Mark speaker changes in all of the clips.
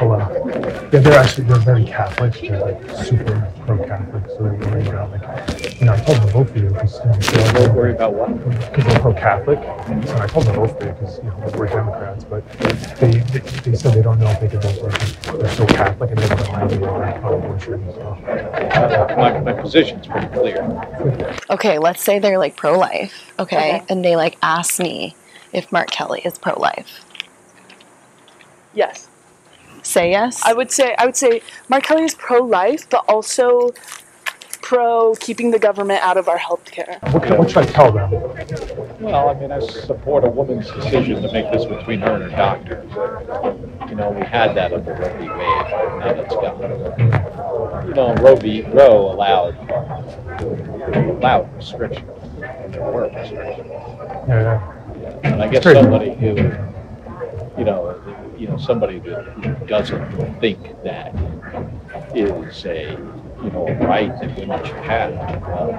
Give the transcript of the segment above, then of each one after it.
Speaker 1: Oh, wow. Yeah, they're actually, they're very Catholic. They're like super pro-Catholic, so they're worried about like, you know, I told them to vote for you because, you know,
Speaker 2: Don't
Speaker 1: they're-
Speaker 2: worry about what.
Speaker 1: because they're pro-Catholic. And I told them to vote for you because, you know, we're Democrats, but they, they, they said they don't know if they could vote for us. They're so Catholic and they don't have the abortion and stuff.
Speaker 2: uh, My, my position's pretty clear.
Speaker 3: Okay, let's say they're like pro life, okay?
Speaker 4: Okay.
Speaker 3: And they like ask me if Mark Kelly is pro life.
Speaker 4: Yes.
Speaker 3: Say yes?
Speaker 4: I would say I would say Mark Kelly is pro life, but also pro keeping the government out of our healthcare.
Speaker 1: What, can- what should I tell them?
Speaker 2: Well, I mean, I support a woman's decision to make this between her and her doctor. You know, we had that under Roe v. Wade, now that's gone. You know, Roe v. Roe allowed, allowed restrictions, and there were restrictions.
Speaker 1: Yeah,
Speaker 2: And I guess
Speaker 1: Sure.
Speaker 2: somebody who, you know, you know, somebody that who doesn't think that is a, you know, a right that women should have, well,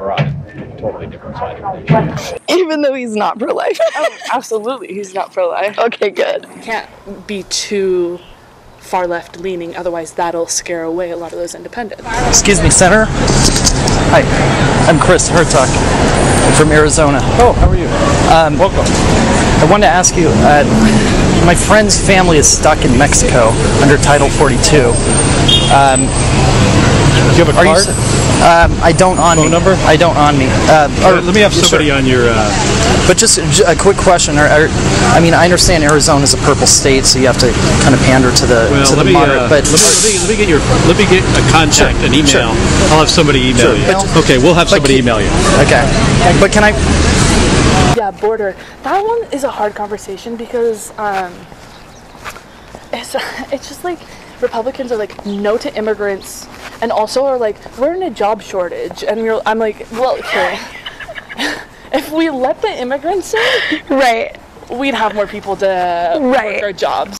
Speaker 2: we're on a totally different side of the issue.
Speaker 3: Even though he's not pro life.
Speaker 4: Oh, absolutely, he's not pro life.
Speaker 3: okay, good.
Speaker 4: Can't be too far left leaning, otherwise that'll scare away a lot of those independents.
Speaker 5: Excuse me, Senator. Hi, I'm Chris Hertuck. I'm from Arizona.
Speaker 2: Oh, how are you? Um, Welcome.
Speaker 5: I wanted to ask you uh, my friend's family is stuck in Mexico under Title 42.
Speaker 6: Do you have a
Speaker 5: Are you
Speaker 6: card?
Speaker 5: s- um, I don't on
Speaker 6: Phone
Speaker 5: me.
Speaker 6: number?
Speaker 5: I don't on me. Uh,
Speaker 6: Or let me have somebody on your. Uh,
Speaker 5: But just j- a quick question. Are, are, I mean, I understand Arizona is a purple state, so you have to kind of pander to the
Speaker 6: well,
Speaker 5: to the
Speaker 6: let me, uh,
Speaker 5: moderate. but
Speaker 6: let, me, let me let me get your let me get a contact, an email.
Speaker 5: sure.
Speaker 6: I'll have somebody email
Speaker 5: Sure,
Speaker 6: you.
Speaker 5: but-
Speaker 6: okay, we'll have
Speaker 5: but
Speaker 6: somebody
Speaker 5: keep-
Speaker 6: email you.
Speaker 5: okay. But can I?
Speaker 4: Yeah, border. That one is a hard conversation because um, it's it's just like Republicans are like no to immigrants, and also are like we're in a job shortage, and you're, I'm like, well, okay. if we let the immigrants in,
Speaker 3: Right.
Speaker 4: we'd have more people to work
Speaker 3: Right.
Speaker 4: our jobs.